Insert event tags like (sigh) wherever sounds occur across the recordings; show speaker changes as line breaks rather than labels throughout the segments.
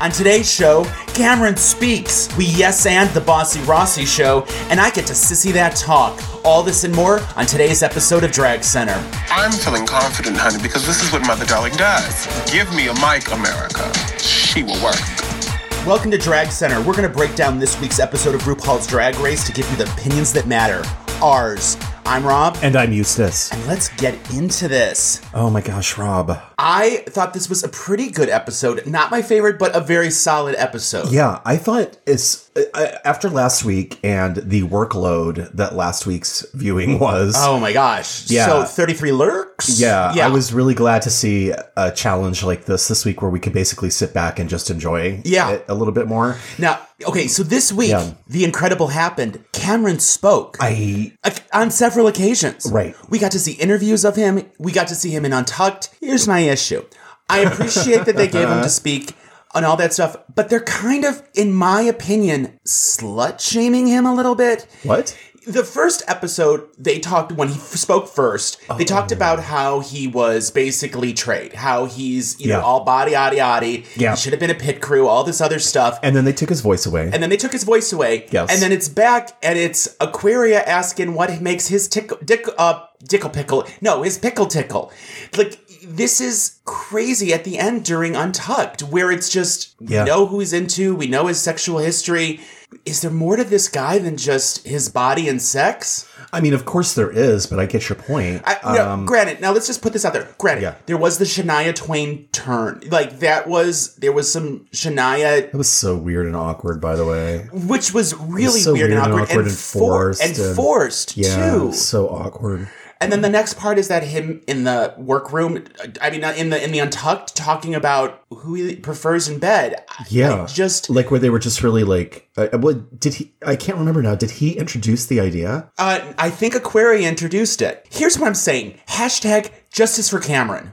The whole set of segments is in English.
On today's show, Cameron speaks. We yes and the Bossy Rossi show, and I get to sissy that talk. All this and more on today's episode of Drag Center.
I'm feeling confident, honey, because this is what Mother Darling does. Give me a mic, America. She will work.
Welcome to Drag Center. We're going to break down this week's episode of RuPaul's Drag Race to give you the opinions that matter. Ours. I'm Rob,
And I'm Eustace.
and let's get into this.
Oh my gosh, Rob.
I thought this was a pretty good episode. Not my favorite, but a very solid episode.
Yeah, I thought it's I- I- after last week and the workload that last week's viewing was.
Oh my gosh.
Yeah.
So 33 lurks?
Yeah, I was really glad to see a challenge like this this week where we could basically sit back and just enjoy
Yeah.
it a little bit more.
Now, okay, so this week,
Yeah.
the incredible happened. Cameron spoke
I
Ac- on several occasions.
Right.
We got to see interviews of him, we got to see him in Untucked. Here's my issue I appreciate that they gave
(laughs)
him to speak. And all that stuff, but they're kind of, in my opinion, slut shaming him a little bit.
what?
the first episode they talked when he f- spoke first
Oh.
they talked about how he was basically trade how he's you know
Yeah.
all body oddy oddy
Yeah.
he should have been a pit crew all this other stuff
And then they took his voice away.
and then they took his voice away
Yes.
and then it's back and it's aquaria asking what makes his tickle dick uh dickle pickle no his pickle tickle like this is crazy at the end during untucked where it's just
Yeah.
we know who he's into we know his sexual history is there more to this guy than just his body and sex?
I mean, of course there is, but I get your point. Um,
I, no, granted, now let's just put this out there. Granted,
Yeah.
there was the Shania Twain turn. Like that was there was some Shania,
it was so weird and awkward, by the way.
which was really
so
weird, and awkward, and, for-
forced
and
and-
forced
Yeah,
too.
so awkward.
And then the next part is that him in the workroom. I mean, not in the in the untucked, talking about who he prefers in bed. I-
Yeah,
I just
like where they were just really like, uh, what did he? I can't remember now. Did he introduce the idea? (laughs)
uh, I think Aquaria introduced it. Here's what I'm saying: hashtag justice for Cameron.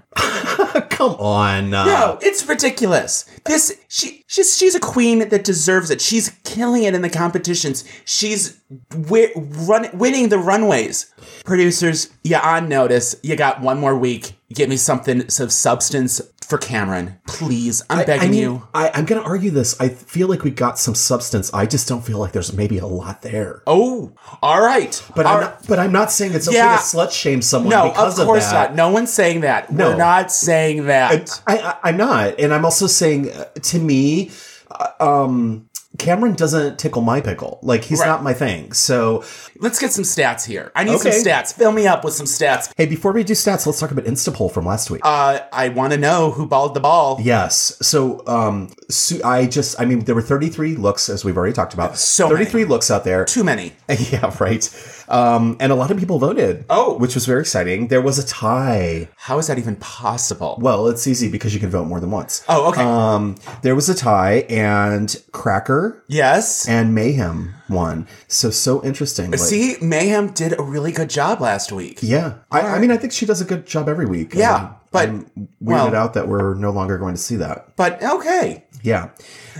Come on, uh,
No, it's ridiculous. This she she's she's a queen that deserves it. She's killing it in the competitions. She's wi- run, winning the runways. Producers, you on notice. You got one more week. Give me something some substance for Cameron, please. I'm begging
I mean,
you.
I, I'm going to argue this. I feel like we got some substance. I just don't feel like there's maybe a lot there.
Oh, all right.
but
All
I'm
right.
not. But I'm not saying it's okay
Yeah.
to slut shame someone.
no,
because
of course
that.
not. No one's saying that.
No.
We're not saying that.
I, I, I'm not, and I'm also saying uh, to me, uh, um, Cameron doesn't tickle my pickle. Like he's
Right.
not my thing. So
Let's get some stats here. I need
Okay.
some stats. Fill me up with some stats.
hey, before we do stats, let's talk about Instapoll from last week.
Uh, I want to know who balled the ball.
Yes. So, um, so I just, I mean, there were 33 looks, as we've already talked about.
So
33 looks out there.
Too many.
(laughs) yeah, right. Um, and a lot of people voted.
Oh.
Which was very exciting. There was a tie.
How is that even possible?
Well, it's easy because you can vote more than once.
Oh, okay.
Um, there was a tie, and Cracker
yes.
and Mayhem won. So, so interesting. like-
See, Mayhem did a really good job last week.
Yeah. I, I mean, I think she does a good job every week.
Yeah,
I'm-
but-
I'm weirded
well-
out that we're no longer going to see that.
But okay.
Yeah.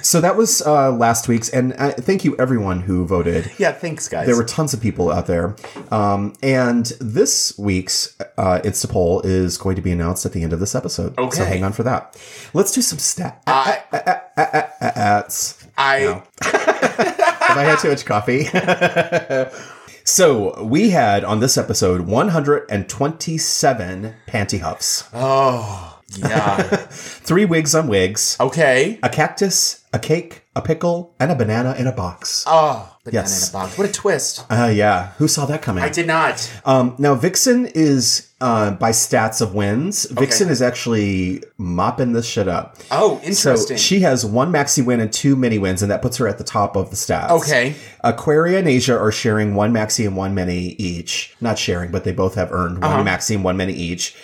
So that was uh, last week's, and uh, thank you everyone who voted.
Yeah, thanks, guys.
There were tons of people out there. Um, and this week's uh, Insta poll is going to be announced at the end of this episode.
Okay.
So hang on for that. Let's do some stats.
(laughs) I,
(laughs)
I
Have I had too much coffee? (laughs) so we had on this episode 127 panty huffs,
oh yeah.
three wigs on wigs, (laughs)
okay.
a cactus, a cake, a pickle, and a banana in a box.
Oh, banana
Yes.
in a box. What a twist.
Uh, yeah. Who saw that coming?
I did
(laughs)
not.
Um, now Vixen is uh, by stats of wins. Vixen is actually mopping this shit up.
Oh,
So
interesting.
she has one maxi win and two mini wins, and that puts her at the top of the stats.
Okay.
Aquaria and Asia are sharing one maxi and one mini each. Not sharing, but they both have earned
Uh-huh.
one maxi and one mini each.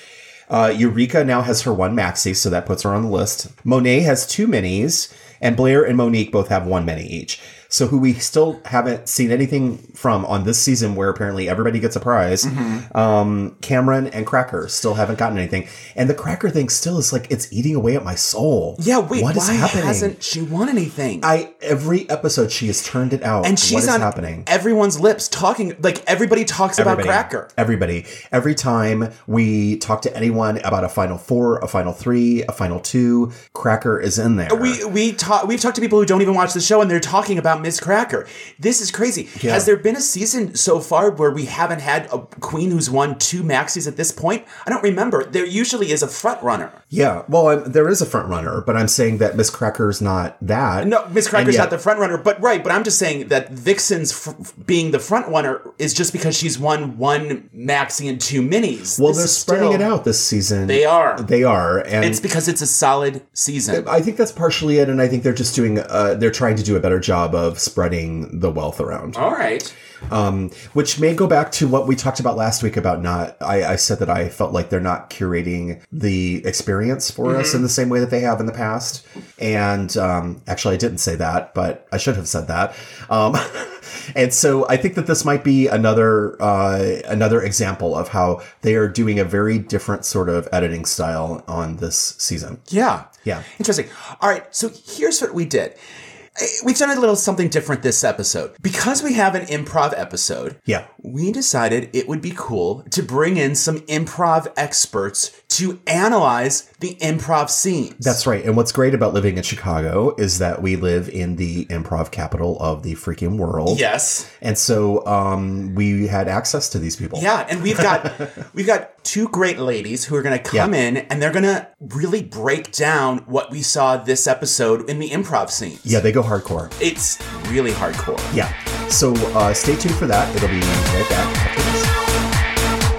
Uh, Eureka now has her one maxi, so that puts her on the list. Monet has two minis, and Blair and Monique both have one mini each. So who we still haven't seen anything from on this season, where apparently everybody gets a prize.
Mm-hmm.
Um, Cameron and Cracker still haven't gotten anything, and the Cracker thing still is like it's eating away at my soul.
Yeah, wait,
what is
why
happening?
hasn't she won anything?
I every episode she has turned it out,
and she's
what is
on
happening?
everyone's lips talking like everybody talks about Cracker.
Everybody. Every time we talk to anyone about a final four, a final three, a final two, Cracker is in there.
We we talk we've talked to people who don't even watch the show and they're talking about Miss Cracker. This is crazy.
Yeah.
Has there been a season so far where we haven't had a queen who's won two maxis at this point? I don't remember. There usually is a front runner.
yeah. Well, I'm, there is a front runner, but I'm saying that Miss Cracker's not that.
No, Miss Cracker's
yet-
not the front runner, but right. But I'm just saying that Vixen's fr- being the front runner is just because she's won one maxi and two minis.
Well,
This
they're
is
spreading
still-
it out this season.
They are.
They are. And
It's because it's a solid season.
I think that's partially it, and I think they're just doing. Uh, they're trying to do a better job of spreading the wealth around.
All right.
um, which may go back to what we talked about last week about not. I, I said that I felt like they're not curating the experience for us in the same way that they have in the past. And um, actually, I didn't say that, but I should have said that. Um, (laughs) and so I think that this might be another uh, another example of how they are doing a very different sort of editing style on this season.
Yeah.
Yeah.
Interesting. All right. So here's what we did. Uh, We've done a little something different this episode. Because we have an improv episode,
Yeah.
we decided it would be cool to bring in some improv experts to analyze the improv scenes.
That's right. And what's great about living in Chicago is that we live in the improv capital of the freaking world.
yes.
And so um, we had access to these people.
Yeah, and we've
(laughs)
got we've got two great ladies who are going to come
Yeah.
in and they're going to really break down what we saw this episode in the improv scenes.
Yeah, they go hardcore.
It's really hardcore.
Yeah. So uh, stay tuned for that. It'll be right back after this.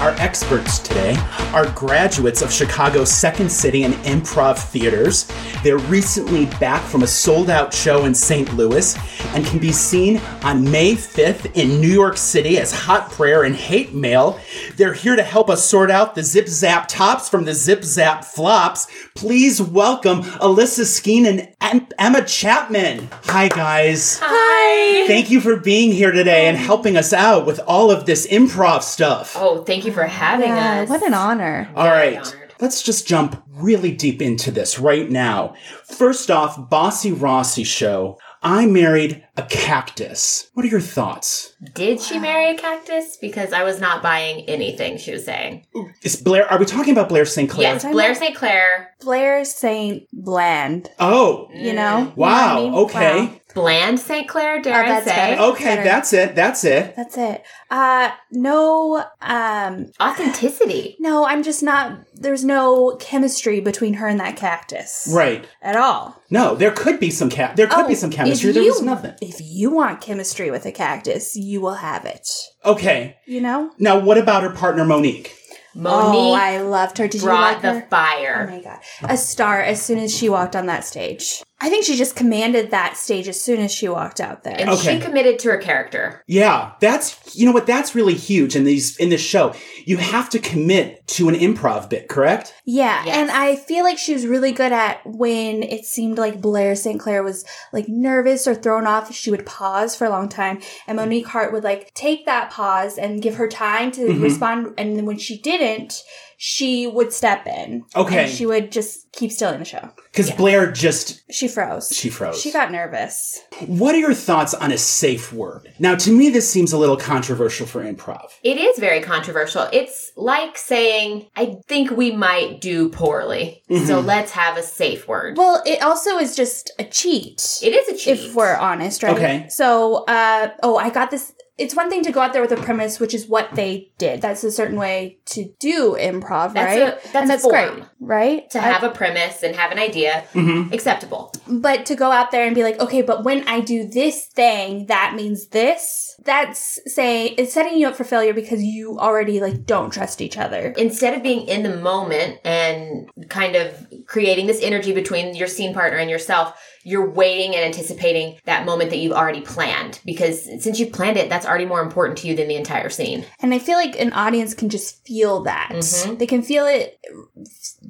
Our experts today are graduates of Chicago's Second City and Improv Theaters. They're recently back from a sold out show in St. Louis and can be seen on May 5th in New York City as Hot Prayer and Hate Mail. They're here to help us sort out the zip zap tops from the zip zap flops. Please welcome Alyssa Skeen and Em- Emma Chapman. Hi, guys.
Hi.
Thank you for being here today and helping us out with all of this improv stuff.
Oh, thank you for having
Yeah,
us.
Ah, What an honor.
All right.
honored.
Let's just jump really deep into this right now. First off, Bossy Rossi show. I married a cactus. What are your thoughts?
Did she marry a cactus? Because I was not buying anything she was saying.
Is Blair? Are we talking about Blair St. Clair?
Yes, Blair St. Clair.
Blair St. Bland,
Oh.
you know?
Wow.
You know what I
okay.
mean? Wow.
Bland St. Clair, dare
Oh,
I
that's
say.
better.
Okay. That's it. That's it.
That's it. Uh no um
Authenticity.
no, I'm just not there's no chemistry between her and that cactus.
Right.
At all.
No, there could be some cat. There could
Oh,
be some
if
chemistry. There was
you-
nothing.
If you want chemistry with a cactus, you will have it.
Okay.
You know?
Now, what about her partner Monique?
oh,
Monique
I loved her. Did you like
brought
her?
the fire.
Oh my god. A star as soon as she walked on that stage. I think she just commanded that stage as soon as she walked out there.
and
Okay.
she committed to her character.
Yeah, that's you know what that's really huge in these in this show. You have to commit to an improv bit, correct?
Yeah,
Yes.
and I feel like she was really good at when it seemed like Blair St. Clair was like nervous or thrown off. She would pause for a long time, and
Mm-hmm.
Monique Hart would like take that pause and give her time to
Mhm.
respond. And then when she didn't, she would step in.
Okay.
And she would just keep still in the show.
Because Blair just
She froze.
she froze.
She got nervous.
what are your thoughts on a safe word? Now, to me, this seems a little controversial for improv.
It is very controversial. It's like saying, I think we might do poorly. So let's have a safe word.
Well, it also is just a cheat.
it is a cheat.
if we're honest, right?
Okay.
So, uh, oh, I got this. It's one thing to go out there with a premise, which is what they did. That's a certain way to do improv,
That's a-
right?
that's
and
a
that's
form.
great, right? Uh,
to
I-
have a premise and have an idea, acceptable.
but to go out there and be like, okay, but when I do this thing, that means this. That's saying it's setting you up for failure because you already like don't trust each other.
instead of being in the moment and kind of creating this energy between your scene partner and yourself, you're waiting and anticipating that moment that you've already planned because since you planned it, that's that's already more important to you than the entire scene.
And I feel like an audience can just feel that.
Mm-hmm.
Mhm.
They can feel it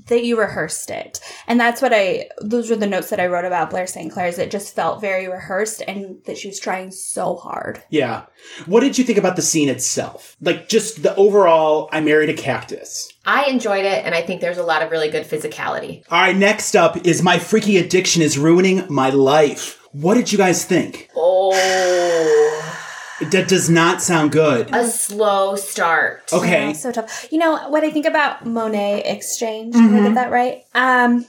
that you rehearsed it. And that's what I, those were the notes that I wrote about Blair St. Clair, is it just felt very rehearsed and that she was trying so hard.
Yeah. What did you think about the scene itself? Like just the overall I married a cactus.
I enjoyed it, and I think there's a lot of really good physicality.
All right, next up is my freaky addiction is ruining my life. What did you guys think?
Oh,
That does not sound good.
a slow start.
Okay.
Yeah, so tough. You know what I think about Monet exchange? Did I
Mm-hmm.
get that right? Um,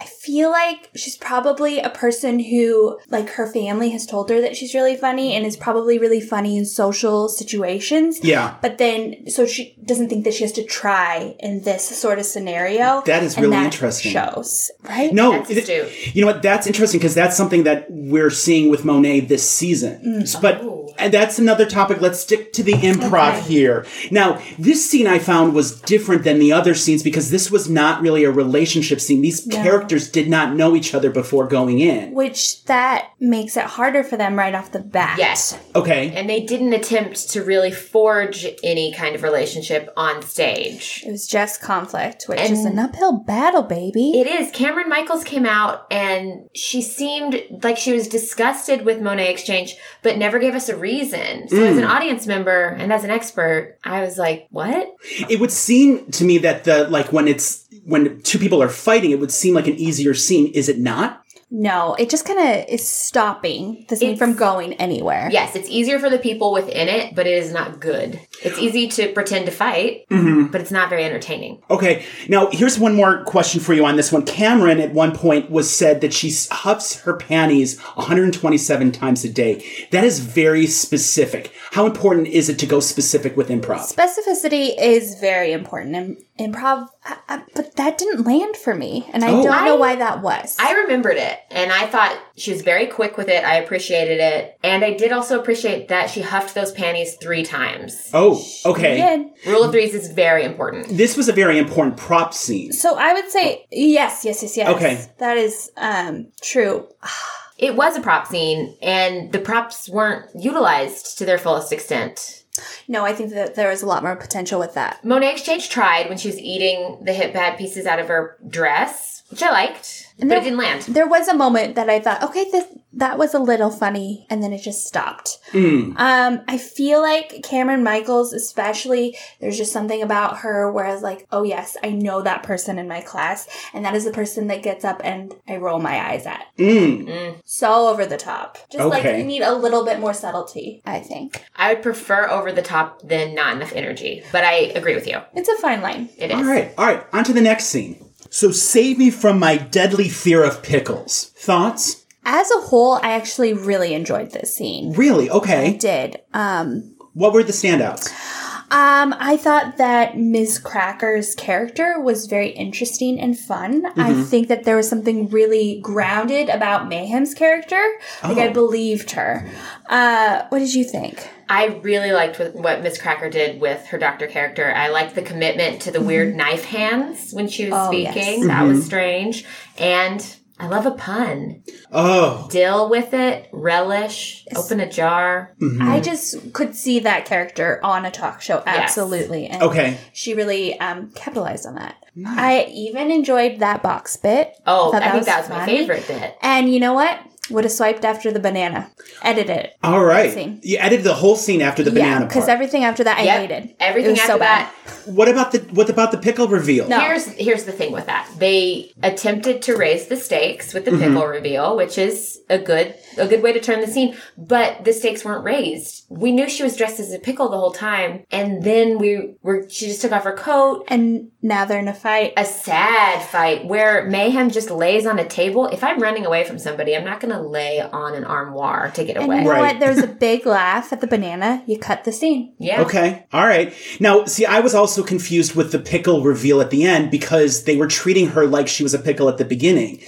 I feel like she's probably a person who, like, her family has told her that she's really funny and is probably really funny in social situations.
Yeah.
But then, so she doesn't think that she has to try in this sort of scenario.
That is
and
really
that
interesting.
Shows right?
No,
That's
it-
astute.
you know what? That's interesting because that's something that we're seeing with Monet this season. S- But and that's another topic. Let's stick to the improv here. Now, this scene I found was different than the other scenes because this was not really a relationship scene. These characters did not know each other before going in.
Which that makes it harder for them right off the bat.
Yes.
Okay.
And they didn't attempt to really forge any kind of relationship on stage.
It was just conflict, which is an uphill battle, baby.
It is. Cameron Michaels came out and she seemed like she was disgusted with Monet Exchange, but never gave us a reason. So, as an audience member and as an expert, I was like, what?
It would seem to me that the like when it's when two people are fighting, it would seem like an easier scene. Is it not?
No, it just kind of is stopping the scene
It's-
from going anywhere.
Yes, it's easier for the people within it, but it is not good. It's easy to pretend to fight, but it's not very entertaining.
Okay. Now here's one more question for you on this one. Cameron at one point was said that she s- huffs her panties 127 times a day. That is very specific. How important is it to go specific with improv?
Specificity is very important in improv, I, I, but that didn't land for me, and I
Oh.
don't know
I-
why that was.
I remembered it and I thought she was very quick with it. I appreciated it. And I did also appreciate that she huffed those panties three times.
Oh, okay.
did.
Rule of threes is very important.
This was a very important prop scene.
So I would say yes, yes, yes, yes.
Okay.
that is um true.
It was a prop scene, and the props weren't utilized to their fullest extent.
No, I think that there was a lot more potential with that.
Monet Exchange tried when she was eating the hip pad pieces out of her dress, which I liked, but it didn't land.
There was a moment that I thought, okay, this that was a little funny, and then it just stopped. Um, I feel like Cameron Michaels, especially, there's just something about her where I was like, oh yes, I know that person in my class, and that is the person that gets up and I roll my eyes at.
Mm.
So over the top. Just like
Okay.
you need a little bit more subtlety, I think.
I would prefer over the top than not enough energy, but I agree with you.
It's a fine line.
It is.
All right, all right, on to the next scene. So, save me from my deadly fear of pickles. Thoughts?
As a whole, I actually really enjoyed this scene.
Really?
I
Okay.
did. Um,
What were the standouts?
um, I thought that Ms. Cracker's character was very interesting and fun.
Mm-hmm.
I think that there was something really grounded about Mayhem's character. Like
Oh.
I believed her. Uh, what did you think?
I really liked what, what Miss Cracker did with her doctor character. I liked the commitment to the weird knife hands when she was
yes.
speaking. That was strange. And I love a pun.
Oh,
Deal with it, relish, open a jar.
Hmm.
I just could see that character on a talk show, absolutely. And
okay. Hmm.
she really um, capitalized on that. I even enjoyed that box bit.
Oh,
Thought
I think that was my
funny.
favorite bit.
And you know what? Would have swiped after the banana. Edited it.
All right.
Scene.
You edited the whole scene after the
yeah,
banana
because
part.
everything after that I
Yep.
hated.
Everything
It was
after
so bad.
that.
what about the what about the pickle reveal?
No.
Here's here's the thing with that. They attempted to raise the stakes with the
Mm-hmm.
pickle reveal, which is a good a good way to turn the scene, but the stakes weren't raised. We knew she was dressed as a pickle the whole time, and then we were she just took off her coat.
And now they're in a fight.
A sad fight where mayhem just lays on a table. If I'm running away from somebody, I'm not going to lay on an armoire to get
And you
away.
know
Right.
what? There was a big laugh at the banana. You cut the scene.
Yeah.
Okay. All right. Now, see, I was also confused with the pickle reveal at the end because they were treating her like she was a pickle at the beginning.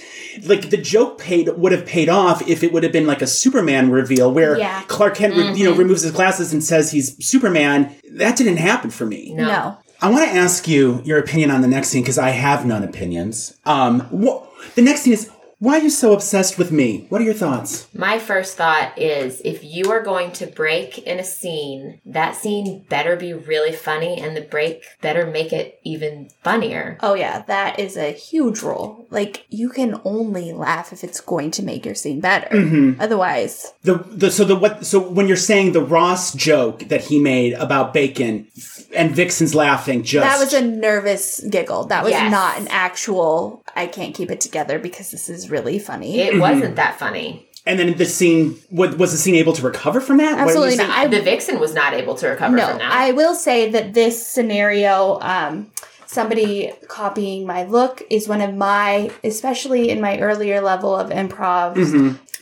Like the joke paid would have paid off if it would have been like a Superman reveal where
Yeah. Mm-hmm.
Clark Kent, re- you know, removes his glasses and says he's Superman. That didn't happen for me.
No.
I want to ask you your opinion on the next scene because I have none opinions. Um, wh- the next scene is Why are you so obsessed with me? What are your thoughts?
My first thought is if you are going to break in a scene, that scene better be really funny and the break better make it even funnier.
Oh yeah, that is a huge rule. Like you can only laugh if it's going to make your scene better.
Mm-hmm.
Otherwise,
The, the so the what so when you're saying the Ross joke that he made about bacon and Vixen's laughing just
that was a nervous giggle. That was
Yes.
not an actual. I can't keep it together because this is really funny. (clears throat)
It wasn't that funny.
and then the scene was, was the scene able to recover from that? What
Absolutely
was the-
not. I
The vixen was not able to recover
no.
from that.
I will say that this scenario, um, somebody copying my look, is one of my, especially in my earlier level of improv,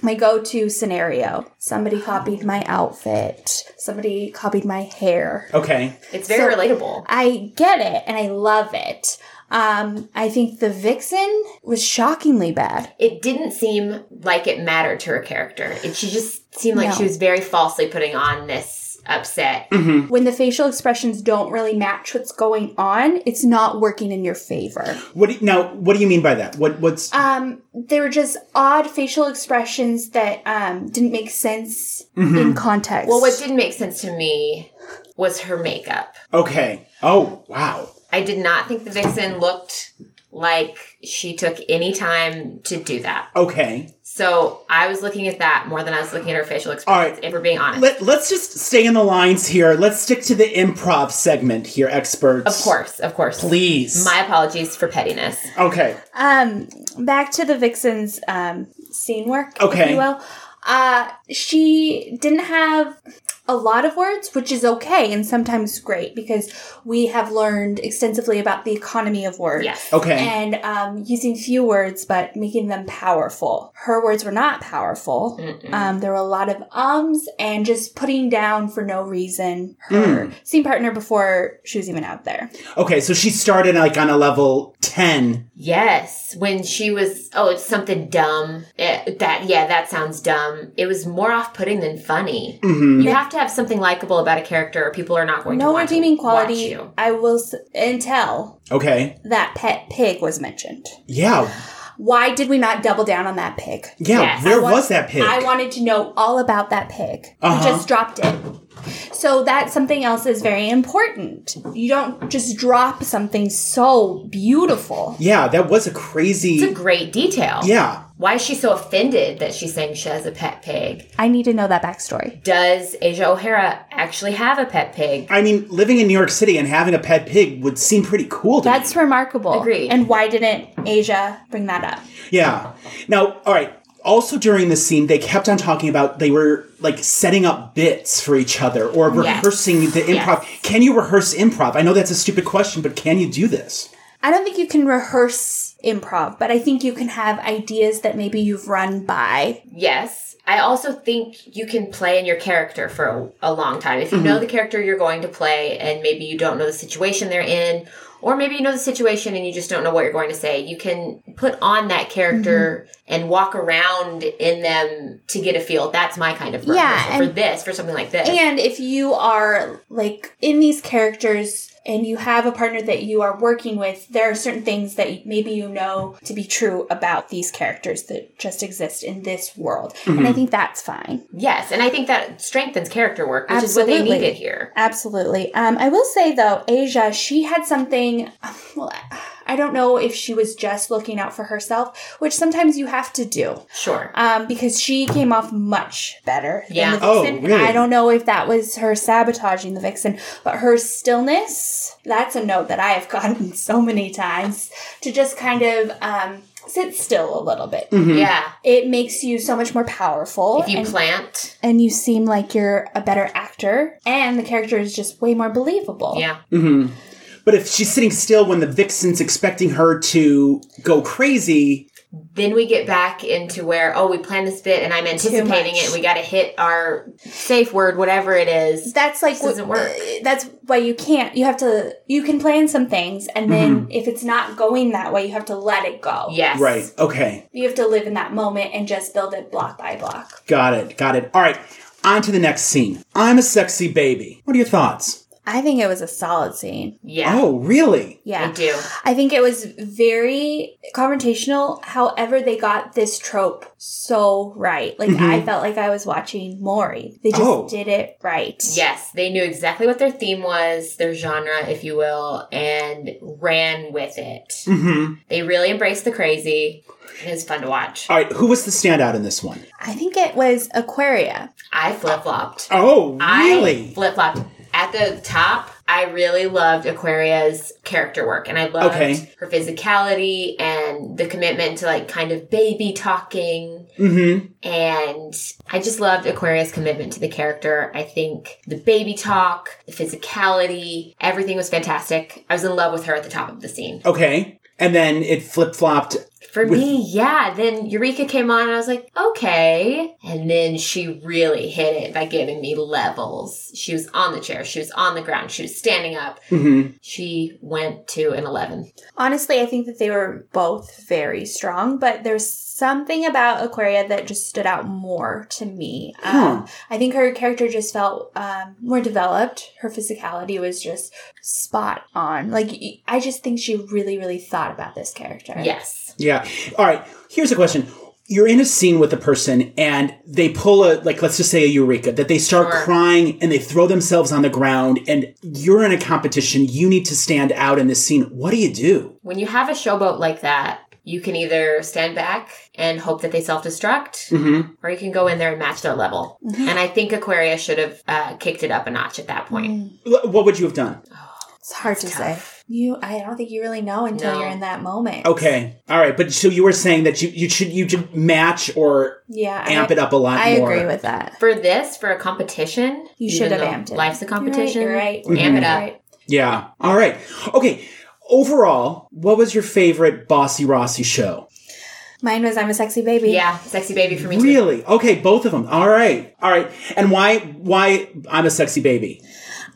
my go-to scenario. Somebody copied my outfit. Somebody copied my hair.
Okay.
it's very
so-
relatable.
I get it and I love it. Um, I think the vixen was shockingly bad.
It didn't seem like it mattered to her character. It, she just seemed like
No. Mm-hmm.
she was very falsely putting on this upset.
When the facial expressions don't really match what's going on, it's not working in your favor.
What do you, now? What do you mean by that? What what's
Um, they were just odd facial expressions that um, didn't make sense in context.
Well, what did make sense to me was her makeup.
okay? Oh wow.
I did not think the vixen looked like she took any time to do that.
Okay.
So I was looking at that more than I was looking at her facial expressions,
Alright.
if we're being honest.
Let, let's just stay in the lines here. Let's stick to the improv segment here, experts.
of course, of course.
Please.
My apologies for pettiness.
okay.
um, back to the vixen's um, scene work, if
Okay.
you will. Uh, she didn't have a lot of words, which is okay and sometimes great because we have learned extensively about the economy of words.
Yes.
Okay.
And um, using few words, but making them powerful. Her words were not powerful. Um, there were a lot of ums and just putting down for no reason her
Hmm.
scene partner before she was even out there.
Okay, so she started like on a level 10.
Yes. When she was, oh, it's something dumb. Eh, that, yeah, that sounds dumb. It was more off putting than funny.
Mm-hmm.
You have to have something likable about a character or people are not going to
No
want to
redeeming
watch
quality.
you.
I will s- until
Okay.
that pet pig was mentioned.
Yeah.
Why did we not double down on that pig?
Yeah.
Yes.
Where
I
want-
was that pig?
I wanted to know all about that pig.
Uh-huh.
You just dropped it. So that's something else is very important. You don't just drop something so beautiful.
yeah, that was a crazy.
It's a great detail.
yeah.
Why is she so offended that she's saying she has a pet pig?
I need to know that backstory.
Does Asia O'Hara actually have a pet pig?
I mean, living in New York City and having a pet pig would seem pretty cool to me.
That's remarkable.
Agreed.
And why didn't Asia bring that up?
Yeah. Now, all right. Also during this scene, they kept on talking about they were like setting up bits for each other or rehearsing the improv. Can you rehearse improv? I know that's a stupid question, but can you do this?
I don't think you can rehearse improv, but I think you can have ideas that maybe you've run by.
Yes. I also think you can play in your character for a, a long time. If you know
Mm-hmm.
the character you're going to play and maybe you don't know the situation they're in, or maybe you know the situation and you just don't know what you're going to say, you can put on that character
Mm-hmm.
and walk around in them to get a feel. That's my kind of
Yeah,
rehearsal for
and-
this, for something like this.
And if you are like in these characters and you have a partner that you are working with, there are certain things that maybe you know to be true about these characters that just exist in this world. And I think that's fine.
yes. And I think that strengthens character work, which is what
Absolutely.
they needed here.
Absolutely. Um, I will say though, Asia, she had something. (sighs) Well, I don't know if she was just looking out for herself, which sometimes you have to do.
Sure.
Um, because she came off much better
Yeah.
than the
Oh,
vixen. And
really?
I don't know if that was her sabotaging the vixen, but her stillness, that's a note that I have (laughs) gotten so many times to just kind of um, sit still a little bit.
Mm.
Yeah.
It makes you so much more powerful.
If you
mm-hmm. and-
plant,
and you seem like you're a better actor and the character is just way more believable.
yeah.
But if she's sitting still when the vixen's expecting her to go crazy,
then we get back into where oh we plan this bit and i'm anticipating
much.
it we got to hit our safe word whatever it is
That's like
Just doesn't work.
uh, that's why you can't you have to you can plan some things and then
Mm-hmm.
if it's not going that way you have to let it go.
yes
right? Okay,
You have to live in that moment and just build it block by block.
got it, got it. All right, on to the next scene. I'm a sexy baby. What are your thoughts?
I think it was a solid scene.
Yeah.
Oh, really?
Yeah.
I do.
I think it was very confrontational. However, they got this trope so right. Like I felt like I was watching Maury. They just
Oh.
did it right.
Yes, they knew exactly what their theme was, their genre, if you will, and ran with it.
Mm-hmm.
They really embraced the crazy. It was fun to watch.
All right, who was the standout in this one?
I think it was Aquaria.
I flip flopped.
Oh,
I
really?
flip flopped. At the top, I really loved Aquaria's character work and I loved
Okay.
her physicality and the commitment to like kind of baby talking.
mm-hmm.
And I just loved Aquaria's commitment to the character. I think the baby talk, the physicality, everything was fantastic. I was in love with her at the top of the scene.
Okay. And then it flip flopped.
For me, yeah. Then Eureka came on and I was like, okay. And then she really hit it by giving me levels. She was on the chair, she was on the ground, she was standing up.
Mm-hmm.
She went to an 11.
Honestly, I think that they were both very strong, but there's something about Aquaria that just stood out more to me. Um, I think her character just felt um, more developed. Her physicality was just spot on. Like y- I just think she really, really thought about this character.
Yes.
Yeah. All right. Here's a question. You're in a scene with a person and they pull a, like, let's just say a eureka, that they start
Sure.
crying and they throw themselves on the ground and you're in a competition. You need to stand out in this scene. What do you do?
When you have a showboat like that, you can either stand back and hope that they self destruct,
Mm-hmm.
or you can go in there and match their level.
Mm-hmm.
And I think Aquarius should have uh, kicked it up a notch at that point.
What would you have done?
Mm, It's hard to say. You, I don't think you really know until
No.
you're in that moment.
Okay. All right. But so you were saying that you, you should you should match or
Yeah,
amp
I,
it up a lot
I
more.
agree with that.
For this, for a competition,
You
even
should have
though
amped it.
Life's a
You're right,
competition.
you're right.
Amp it
You're
up.
right.
Yeah. All right. Okay. Overall, what was your favorite Bossy Rossi show?
Mine was I'm a sexy baby.
Yeah, sexy baby for me too.
Really? Okay, both of them. All right. All right. And why why I'm a sexy baby?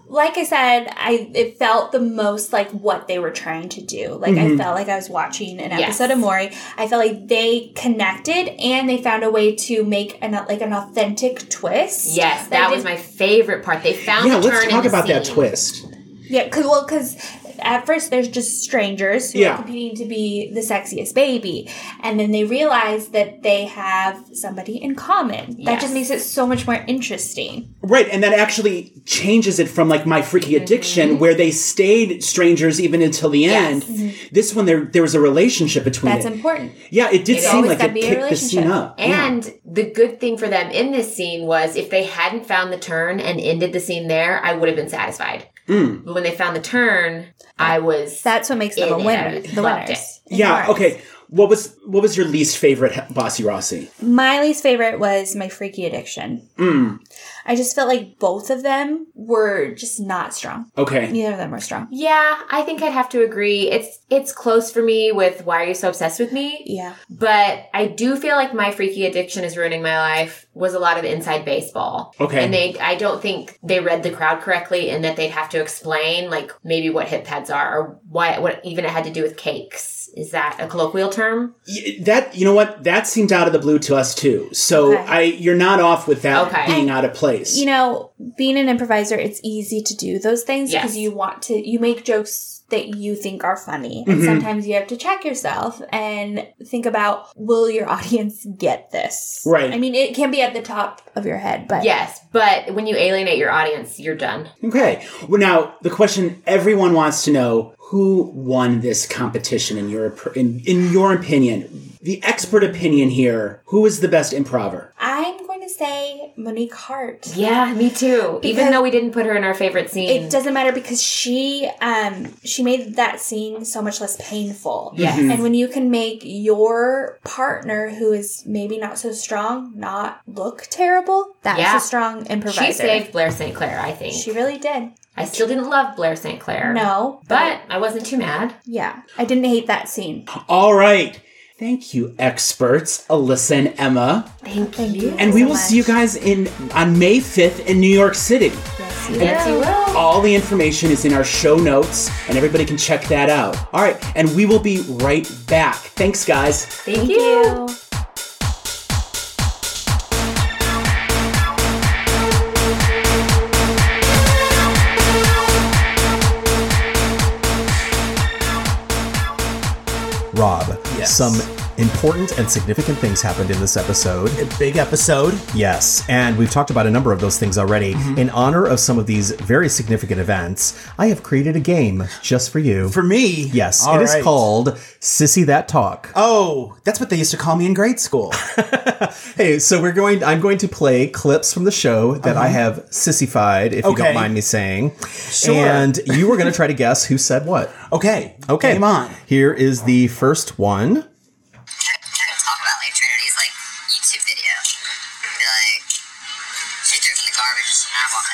Like I said, I it felt the most like what they were trying to do. Like
Mm-hmm.
I felt like I was watching an
Yes.
episode of Maury. I felt like they connected and they found a way to make an like an authentic twist.
Yes, that was
didn't-
my favorite part. They found
yeah,
the turn
let's
in
talk
the
about that
scene.
twist.
Yeah, cause well, cause at first there's just strangers who
Yeah.
are competing to be the sexiest baby, and then they realize that they have somebody in common. That
Yes.
just makes it so much more interesting.
Right, and that actually changes it from like my freaky
Mm-hmm.
addiction where they stayed strangers even until the end. This one there there was a relationship between
Mm-hmm. That's
it.
important.
yeah, it did
It's
seem
always
like
gotta
it
be a
kicked the scene
relationship.
up. Yeah.
And the good thing for them in this scene was if they hadn't found the turn and ended the scene there, I would have been satisfied.
Mm.
But when they found the turn, I was
That's what makes them a
It
winner.
is.
The
Loved
winners.
Yeah,
Winners.
okay. What was what was your least favorite Bossy Rossi?
Miley's favorite was my freaky addiction. I just felt like both of them were just not strong.
Okay.
Neither of them were strong.
Yeah, I think I'd have to agree. It's it's close for me with why are you so obsessed with me?
Yeah.
But I do feel like my freaky addiction is ruining my life was a lot of inside baseball.
Okay.
And they I don't think they read the crowd correctly in that they'd have to explain like maybe what hip pads are or why what even it had to do with cakes. Is that a colloquial term?
Y- that you know what that seemed out of the blue to us too. So
Okay.
I you're not off with that
Okay.
being out of place.
You know, being an improviser, it's easy to do those things
Yes.
because you want to, you make jokes that you think are funny. And sometimes you have to check yourself and think about, will your (laughs) audience get this?
Right.
I mean, it can be at the top of your head, but
Yes, but when you alienate your audience, you're done.
okay. Well, now the question everyone wants to know: Who won this competition? In your op- in in your opinion, the expert opinion here: Who is the best improver?
I'm going to say Monique Hart.
Yeah, me too.
Because-
even though we didn't put her in our favorite scene.
it doesn't matter because she um she made that scene so much less painful
Yes.
Mm-hmm.
and when you can make your partner who is maybe not so strong not look terrible that's
Yeah.
a strong improviser
She saved Blair St. Clair, I think.
She really did
I still didn't love Blair St. Clair.
no
But I wasn't too mad.
yeah i didn't hate that scene
All right. Thank you, experts, Alyssa and Emma,
Thank, you.
and we will see you guys in on May fifth in New York City.
Yes, you will.
All the information is in our show notes, and everybody can check that out. All right, and we will be right back. Thanks, guys.
Thank, you.
Thank you.
Rob,
Yes.
some important and significant things happened in this episode.
Big episode. Mm-hmm.
Yes, and we've talked about a number of those things already. In honor of some of these very significant events, I have created a game just for you.
For me.
yes,
All
it is
right.
called Sissy That Talk.
Oh, that's what they used to call me in grade school.
(laughs) Hey, so we're going. I'm going to play clips from the show that I have sissified, if
Uh-huh.
you
Okay.
don't mind me saying.
Sure.
And you were going to try to guess who said what.
(laughs) Okay.
Okay,
Game on.
Here is the first one.
Kevin, Kevin will talk about like Trinity's like YouTube video. Be like, she threw it in the garbage and she had walked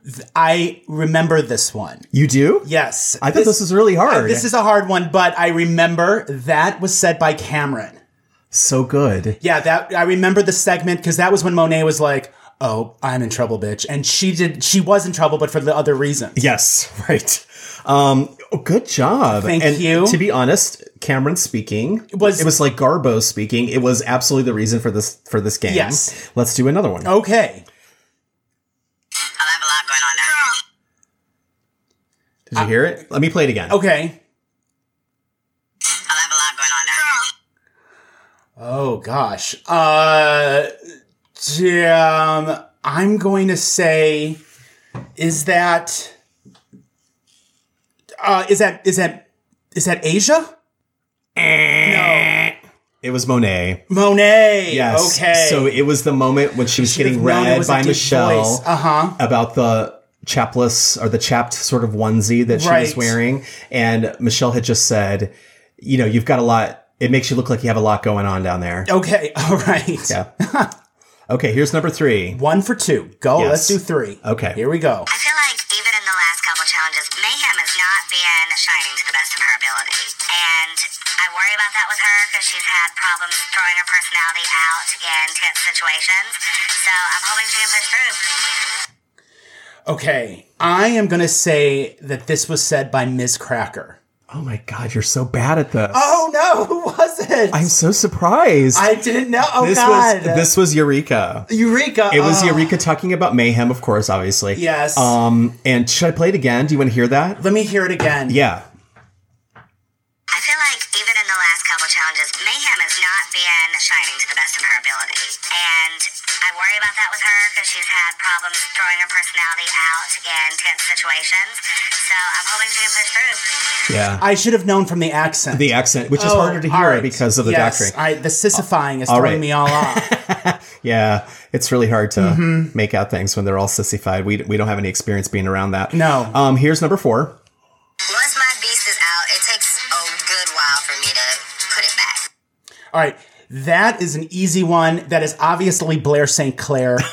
out. That's really funny.
I remember this one.
You do?
Yes.
I thought this was really hard.
uh, This is a hard one, but I remember that was said by Cameron.
so good.
Yeah, that I remember the segment because that was when Monet was like, "Oh, I'm in trouble, bitch," and she did. She was in trouble, but for the other reason.
Yes, (laughs) right. Um, oh, good job.
Thank
and
you.
To be honest, Cameron speaking
was-
it was like Garbo speaking. It was absolutely the reason for this for this game.
Yes. Oh,
Let's do another one.
Okay.
I'll have a lot going on now.
Did you hear it? Let me play it again.
Okay.
I'll have a lot going on now.
Oh gosh. Uh, um, I'm going to say, is that, uh, is that is that is that Asia? No,
It was Monet.
Monet.
Yes.
Okay.
So it was the moment when she was getting read by Michelle
Uh huh.
about the chapless or the chapped sort of onesie that she was
Right.
wearing, and Michelle had just said, "You know, you've got a lot. It makes you look like you have a lot going on down there."
Okay. (laughs) All right.
Yeah.
(laughs)
okay. Here's number three.
One for two. Go.
Yes.
Let's do three.
Okay.
Here we go.
I feel like even in the last couple challenges, Mayhem is not being shining to the best of her ability. And I worry about that with her because she's had problems throwing her personality out in tense situations. So I'm hoping she can push through.
Okay. I am going to say that this was said by Ms. Cracker.
Oh my god, you're so bad at this.
Oh no! (laughs) Who was it?
I'm so surprised.
I didn't know. Oh
this
God!
was this was Eureka.
Eureka.
It was
Oh.
Eureka talking about mayhem, of course, obviously.
Yes.
Um, and should I play it again? Do you want to hear that?
Let me hear it again.
Yeah.
I feel like even in the last couple challenges, Mayhem is not being shining to the best of her ability. And I worry about that with her because she's had problems throwing her personality out in tense situations. So I'm hoping she can push through.
Yeah.
I should have known from the accent.
the accent, which is
Oh,
harder to
all
hear
right.
because of the
yes,
doctoring.
I, the sissifying is throwing
right.
me all
(laughs)
off.
Yeah, it's really hard to make out things when they're all sissified. We, we don't have any experience being around that.
No.
Um, here's number four.
Once my beast is out, it takes a good while for me to put it back.
all right. That is an easy one. That is obviously Blair St.
(laughs)
Clair. (laughs)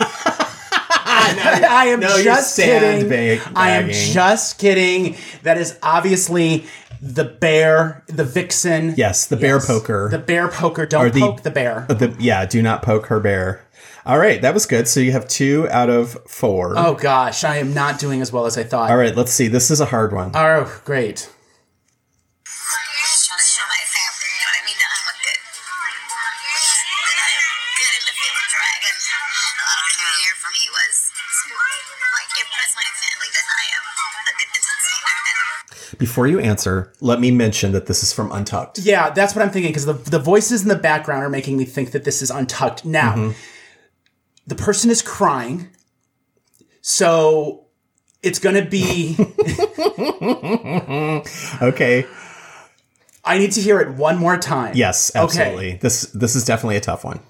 I am
no, you're
just kidding.
sandbag-
I am
bagging.
just kidding. That is obviously the bear, the vixen.
Yes, the bear poker.
The bear poker. Don't
Or the-
poke the bear.
The- yeah, do not poke her bear. All right, that was good. So you have two out of four.
Oh gosh, I am not doing as well as I thought.
All right, let's see. This is a hard one.
Oh, great.
I'm just trying to show my family, you know what I mean, that I'm a good, that I'm good in the field of drag. And a lot of coming here for me was to, like impress my family that I am a good entertainer.
Before you answer, let me mention that this is from Untucked.
(laughs) Yeah, that's what I'm thinking because the, the voices in the background are making me think that this is untucked. Now, the person is crying, so it's going to be.
Okay.
I need to hear it one more time.
Yes,
Okay.
absolutely. This this is definitely a tough one.
I'm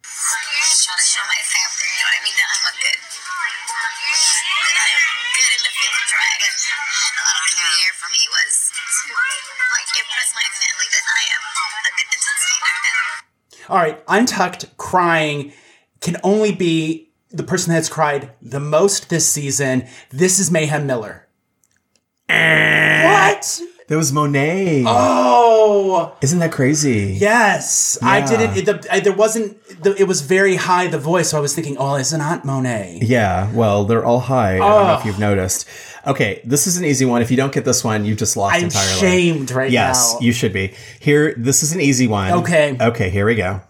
just trying to show my family, you know what I mean, that I'm a good, that I am good in the field of drag. And a lot of coming here for me was to, like impress my family that I am a good entertainer.
All right, untucked crying can only be the person that's cried the most this season. This is Mayhem Miller. what?
That was Monet.
Oh.
Isn't that crazy?
Yes, I
Yeah.
didn't. It, the, I, there wasn't. The, it was very high the voice, so I was thinking, "Oh, it's not Monet."
Yeah, well, they're all high. I don't know if you've noticed. Okay, this is an easy one. If you don't get this one, you've just lost
I'm
entirely.
shamed right
Yes,
now.
you should be. Here, this is an easy one.
Okay.
Okay, here we go.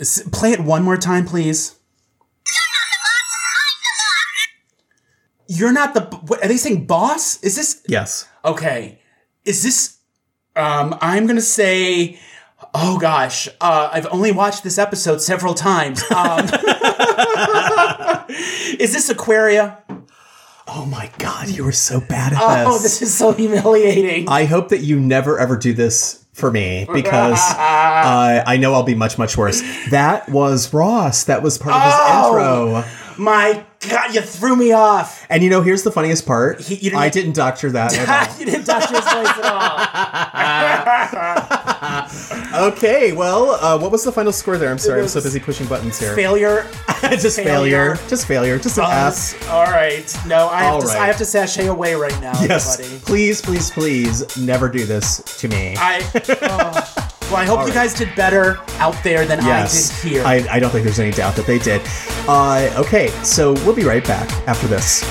S- Play it one more time, please. you're not the. What, are they saying boss? Is this
Yes.
okay? Is this? Um, I'm gonna say. Oh gosh, uh, I've only watched this episode several times. Um, (laughs) is this Aquaria?
Oh my God, you were so bad at
Oh, this is so humiliating.
I hope that you never ever do this for me because uh, I know I'll be much, much worse. That was Ross. That was part of his
Oh.
intro.
My God, you threw me off.
And you know, here's the funniest part.
He- you didn't-
I didn't doctor that
(laughs)
at all.
you didn't touch
(laughs)
his voice at all.
Okay, well, uh, what was the final score there? I'm sorry, I'm so busy pushing buttons here.
Failure. (laughs)
just failure.
failure. Um,
Just failure. Just an
Us.
F.
All right. No, I have,
All
to,
right.
I have to sashay away right now,
Yes.
buddy.
Please, please, please never do this to me.
I.
(laughs)
oh. Well, I hope you guys did better out there than I
yes.
did here.
I, I don't think there's any doubt that they did. Uh, okay, so we'll be right back after this.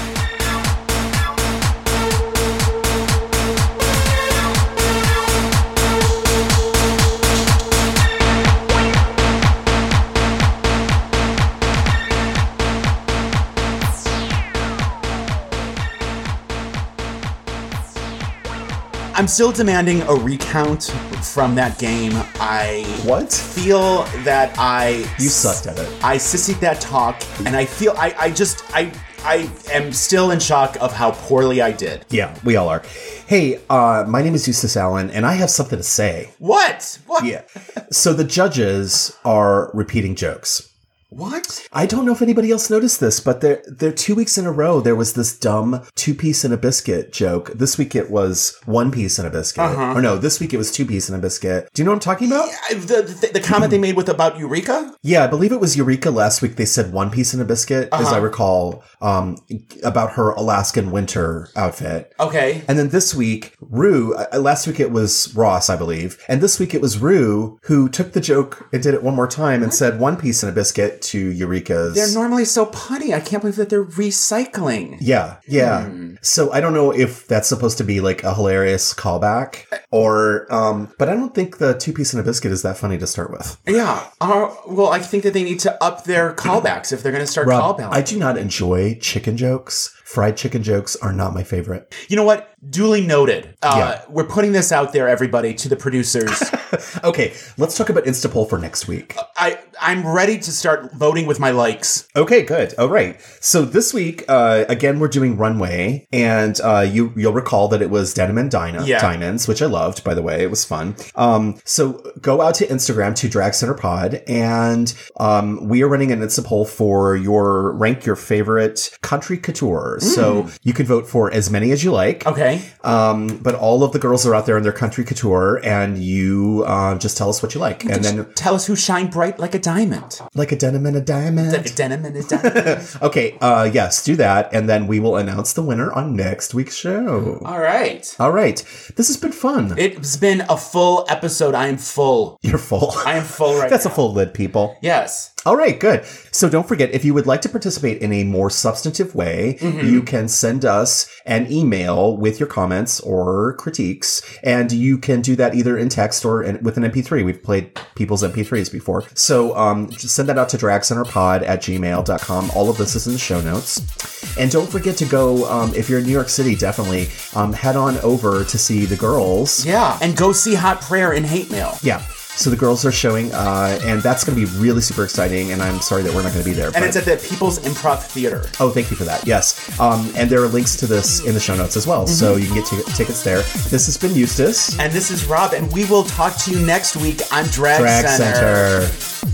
I'm still demanding a recount from that game. I
What?
feel that I
You sucked at it.
I sissied that talk, and I feel I, I just I I am still in shock of how poorly I did.
Yeah, we all are. Hey, uh, my name is Eustace Allen, and I have something to say.
What? What?
Yeah. So the judges are repeating jokes.
What?
I don't know if anybody else noticed this, but there, there two weeks in a row, there was this dumb two piece and a biscuit joke. This week it was one piece and a biscuit. Or no, this week it was two piece and a biscuit. Do you know what I'm talking about? Yeah.
I- Uh, The, the, the comment they made with about Eureka?
I believe it was Eureka last week. They said one piece and a biscuit, as I recall, um, about her Alaskan winter outfit.
Okay.
And then this week, Rue, uh, last week it was Ross, I believe. And this week it was Rue who took the joke and did it one more time and said one piece and a biscuit to Eureka's.
They're normally so punny. I can't believe that they're recycling.
yeah, yeah. So I don't know if that's supposed to be like a hilarious callback or, um, but I don't think the two piece and a biscuit is that funny to start with.
Yeah. Uh, well, I think that they need to up their callbacks if they're going to start
Rob,
callbacks.
I do not enjoy chicken jokes. Fried chicken jokes are not my favorite.
you know what? Duly noted. Uh,
Yeah.
We're putting this out there, everybody, to the
(laughs)
producers.
Okay, let's talk about Instapoll for next week.
I I'm ready to start voting with my likes.
Okay, good. All right. So this week, uh, again, we're doing runway, and uh, you you'll recall that it was Denim and Dina,
Yeah.
Dinans, which I loved. By the way, it was fun. Um, so go out to Instagram to Drag Center Pod, and um, we are running an Insta poll for your rank your favorite country couture. So you can vote for as many as you like.
Hmm. Okay.
Um, but all of the girls are out there in their country couture, and you uh, just tell us what you like, and then
Tell us who shine bright like a diamond.
like a denim and a diamond.
Like a denim and a
(laughs)
diamond.
Okay, uh yes, do that and then we will announce the winner on next week's show.
All right.
All right. This has been fun.
It's been a full episode. I am full.
You're full.
I am full right
(laughs) That's
now.
a full lid, people.
Yes.
All right, good. So don't forget, if you would like to participate in a more substantive way,
Mm-hmm.
you can send us an email with your comments or critiques, and you can do that either in text or in, with an MP3. We've played people's MP3s before. So um, just send that out to dragcenterpod at gmail.com. All of this is in the show notes. And don't forget to go, um, if you're in New York City, definitely um, head on over to see the girls.
Yeah. And go see Hot Prayer in Hate Mail.
Yeah. So the girls are showing, uh, and that's going to be really super exciting. And I'm sorry that we're not going to be there.
And
but-
it's at the People's Improv Theater.
Oh, thank you for that. Yes. Um, and there are links to this in the show notes as well. So
Mm-hmm.
you can get t- tickets there. This has been Eustace,
And this is Rob, and we will talk to you next week on Drag,
Drag
Center.
Center.